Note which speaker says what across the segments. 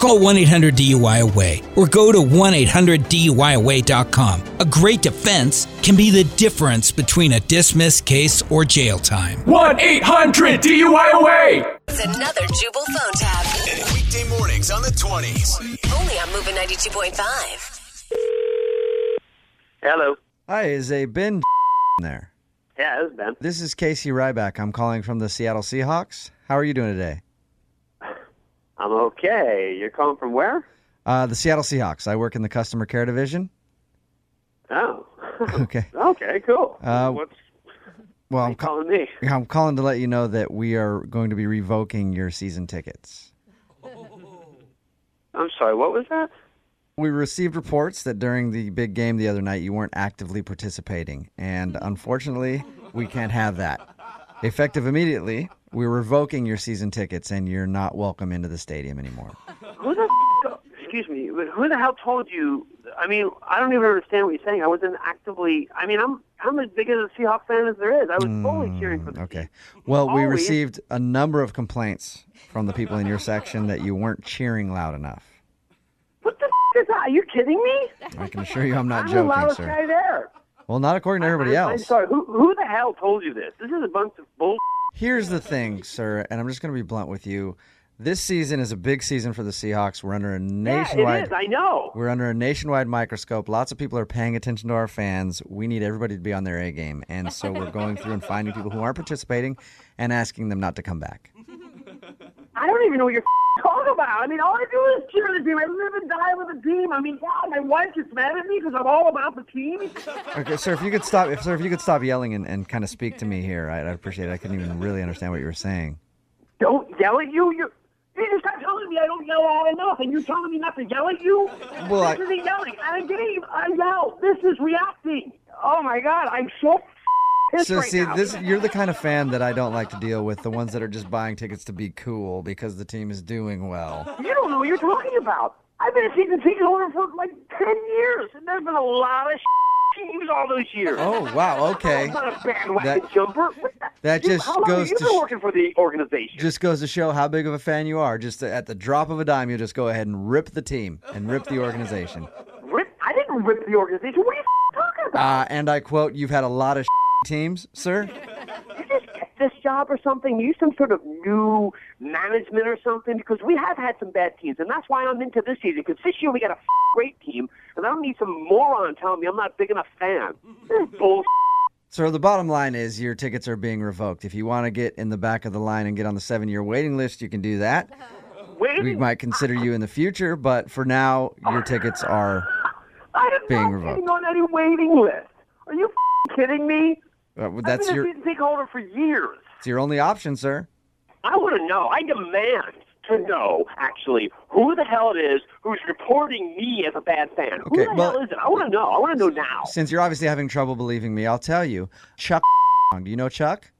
Speaker 1: Call 1 800 DUI Away or go to 1 800 DUIAway.com. A great defense can be the difference between a dismissed case or jail time.
Speaker 2: 1 800 DUIOA!
Speaker 3: It's another Jubal phone tab.
Speaker 4: Weekday mornings on the 20s.
Speaker 3: Only on Moving 92.5.
Speaker 5: Hello.
Speaker 6: Hi, is a Ben there?
Speaker 5: Yeah, this is Ben.
Speaker 6: This is Casey Ryback. I'm calling from the Seattle Seahawks. How are you doing today?
Speaker 5: I'm okay. You're calling from where?
Speaker 6: Uh, the Seattle Seahawks. I work in the customer care division.
Speaker 5: Oh.
Speaker 6: Okay.
Speaker 5: okay, cool.
Speaker 6: Uh,
Speaker 5: What's
Speaker 6: Well, I'm,
Speaker 5: you
Speaker 6: ca-
Speaker 5: calling me?
Speaker 6: I'm calling to let you know that we are going to be revoking your season tickets.
Speaker 5: I'm sorry, what was that?
Speaker 6: We received reports that during the big game the other night you weren't actively participating, and unfortunately, we can't have that. Effective immediately, we're revoking your season tickets, and you're not welcome into the stadium anymore.
Speaker 5: Who the f- excuse me, but who the hell told you? I mean, I don't even understand what you're saying. I wasn't actively. I mean, I'm I'm as big as a Seahawks fan as there is. I was fully cheering for the
Speaker 6: Hmm, Okay. Well, we
Speaker 5: Always.
Speaker 6: received a number of complaints from the people in your section that you weren't cheering loud enough.
Speaker 5: What the f- is that? Are you kidding me?
Speaker 6: I can assure you I'm not
Speaker 5: I'm the
Speaker 6: joking,
Speaker 5: loudest
Speaker 6: sir.
Speaker 5: guy there.
Speaker 6: Well, not according to everybody
Speaker 5: I'm, I'm
Speaker 6: else.
Speaker 5: sorry. Who who the hell told you this? This is a bunch of bull.
Speaker 6: Here's the thing, sir, and I'm just going to be blunt with you. This season is a big season for the Seahawks. We're under a
Speaker 5: it
Speaker 6: nationwide
Speaker 5: is. I know.
Speaker 6: we're under a nationwide microscope. Lots of people are paying attention to our fans. We need everybody to be on their A game. And so we're going through and finding people who aren't participating and asking them not to come back.
Speaker 5: I don't even know what you're f- talking about. I mean, all I do is cheer the team. I live and die with the team. I mean, God, my wife gets mad at me because I'm all about the team.
Speaker 6: Okay, sir, if you could stop, if sir, if you could stop yelling and, and kind of speak to me here, I, I appreciate it. I couldn't even really understand what you were saying.
Speaker 5: Don't yell at you. You're, you just kept telling me I don't yell all enough, and you're telling me not to yell at you?
Speaker 6: Well, I-
Speaker 5: this isn't yelling. At a game, I yell. This is reacting. Oh, my God. I'm so f- pissed
Speaker 6: So
Speaker 5: right
Speaker 6: see,
Speaker 5: now.
Speaker 6: this you're the kind of fan that I don't like to deal with. The ones that are just buying tickets to be cool because the team is doing well.
Speaker 5: You don't know what you're talking about. I've been a season ticket holder for like 10 years, and there's been a lot of teams all those years.
Speaker 6: Oh wow, okay,
Speaker 5: I'm not a bandwagon
Speaker 6: That-
Speaker 5: jumper. What the-
Speaker 6: that
Speaker 5: You-
Speaker 6: just
Speaker 5: how long
Speaker 6: goes
Speaker 5: have you
Speaker 6: to
Speaker 5: been
Speaker 6: sh-
Speaker 5: working for the organization.
Speaker 6: just goes to show how big of a fan you are. Just at the drop of a dime, you just go ahead and rip the team and rip the organization.
Speaker 5: Rip, I didn't rip the organization. What are you f- talking about?
Speaker 6: Uh, and I quote, "You've had a lot of teams, sir."
Speaker 5: Did you just get this job or something? You some sort of new management or something? Because we have had some bad teams, and that's why I'm into this season. Because this year we got a f- great team, and I don't need some moron telling me I'm not a big enough fan. This is bull.
Speaker 6: So the bottom line is your tickets are being revoked. If you want to get in the back of the line and get on the seven-year waiting list, you can do that.
Speaker 5: Wait,
Speaker 6: We might consider you in the future, but for now, your tickets are.
Speaker 5: I am
Speaker 6: being
Speaker 5: not
Speaker 6: revoked.
Speaker 5: getting on any waiting list. Are you f- kidding me?
Speaker 6: Uh, that's
Speaker 5: I've been
Speaker 6: your
Speaker 5: a season ticket holder for years.
Speaker 6: it's your only option, sir.
Speaker 5: I want to know. I demand to know, actually, who the hell it is who's reporting me as a bad fan. who
Speaker 6: Okay,
Speaker 5: the
Speaker 6: well-
Speaker 5: hell is it? I want to know. I want to know now.
Speaker 6: Since you're obviously having trouble believing me, I'll tell you. Chuck, do you know Chuck?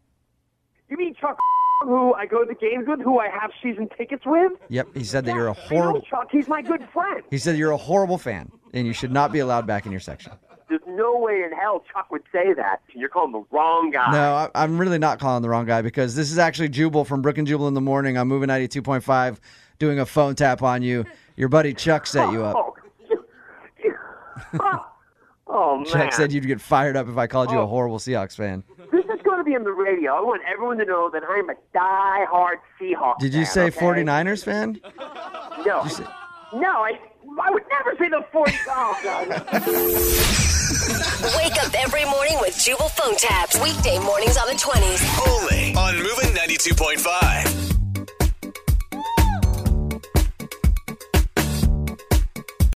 Speaker 5: You mean Chuck, who I go to games with, who I have season tickets with?
Speaker 6: Yep, he said that you're a
Speaker 5: I know
Speaker 6: horrible.
Speaker 5: Chuck, he's my good friend.
Speaker 6: He said you're a horrible fan, and you should not be allowed back in your section.
Speaker 5: There's no way in hell Chuck would say that. You're calling the wrong guy.
Speaker 6: No, I, I'm really not calling the wrong guy because this is actually Jubal from Brook and Jubal in the morning. I'm moving 92.5, doing a phone tap on you. Your buddy Chuck set you up.
Speaker 5: Oh, oh man. Oh.
Speaker 6: Chuck said you'd get fired up if I called you a horrible Seahawks fan.
Speaker 5: This is going to be on the radio. I want everyone to know that I'm a die-hard Seahawks
Speaker 6: Did you
Speaker 5: fan,
Speaker 6: say
Speaker 5: okay?
Speaker 6: 49ers fan?
Speaker 5: No. No, I, I would never say the 40. Oh, God.
Speaker 3: Wake up every morning with Jubal phone tabs. Weekday mornings on the 20s.
Speaker 4: Only on Moving 92.5.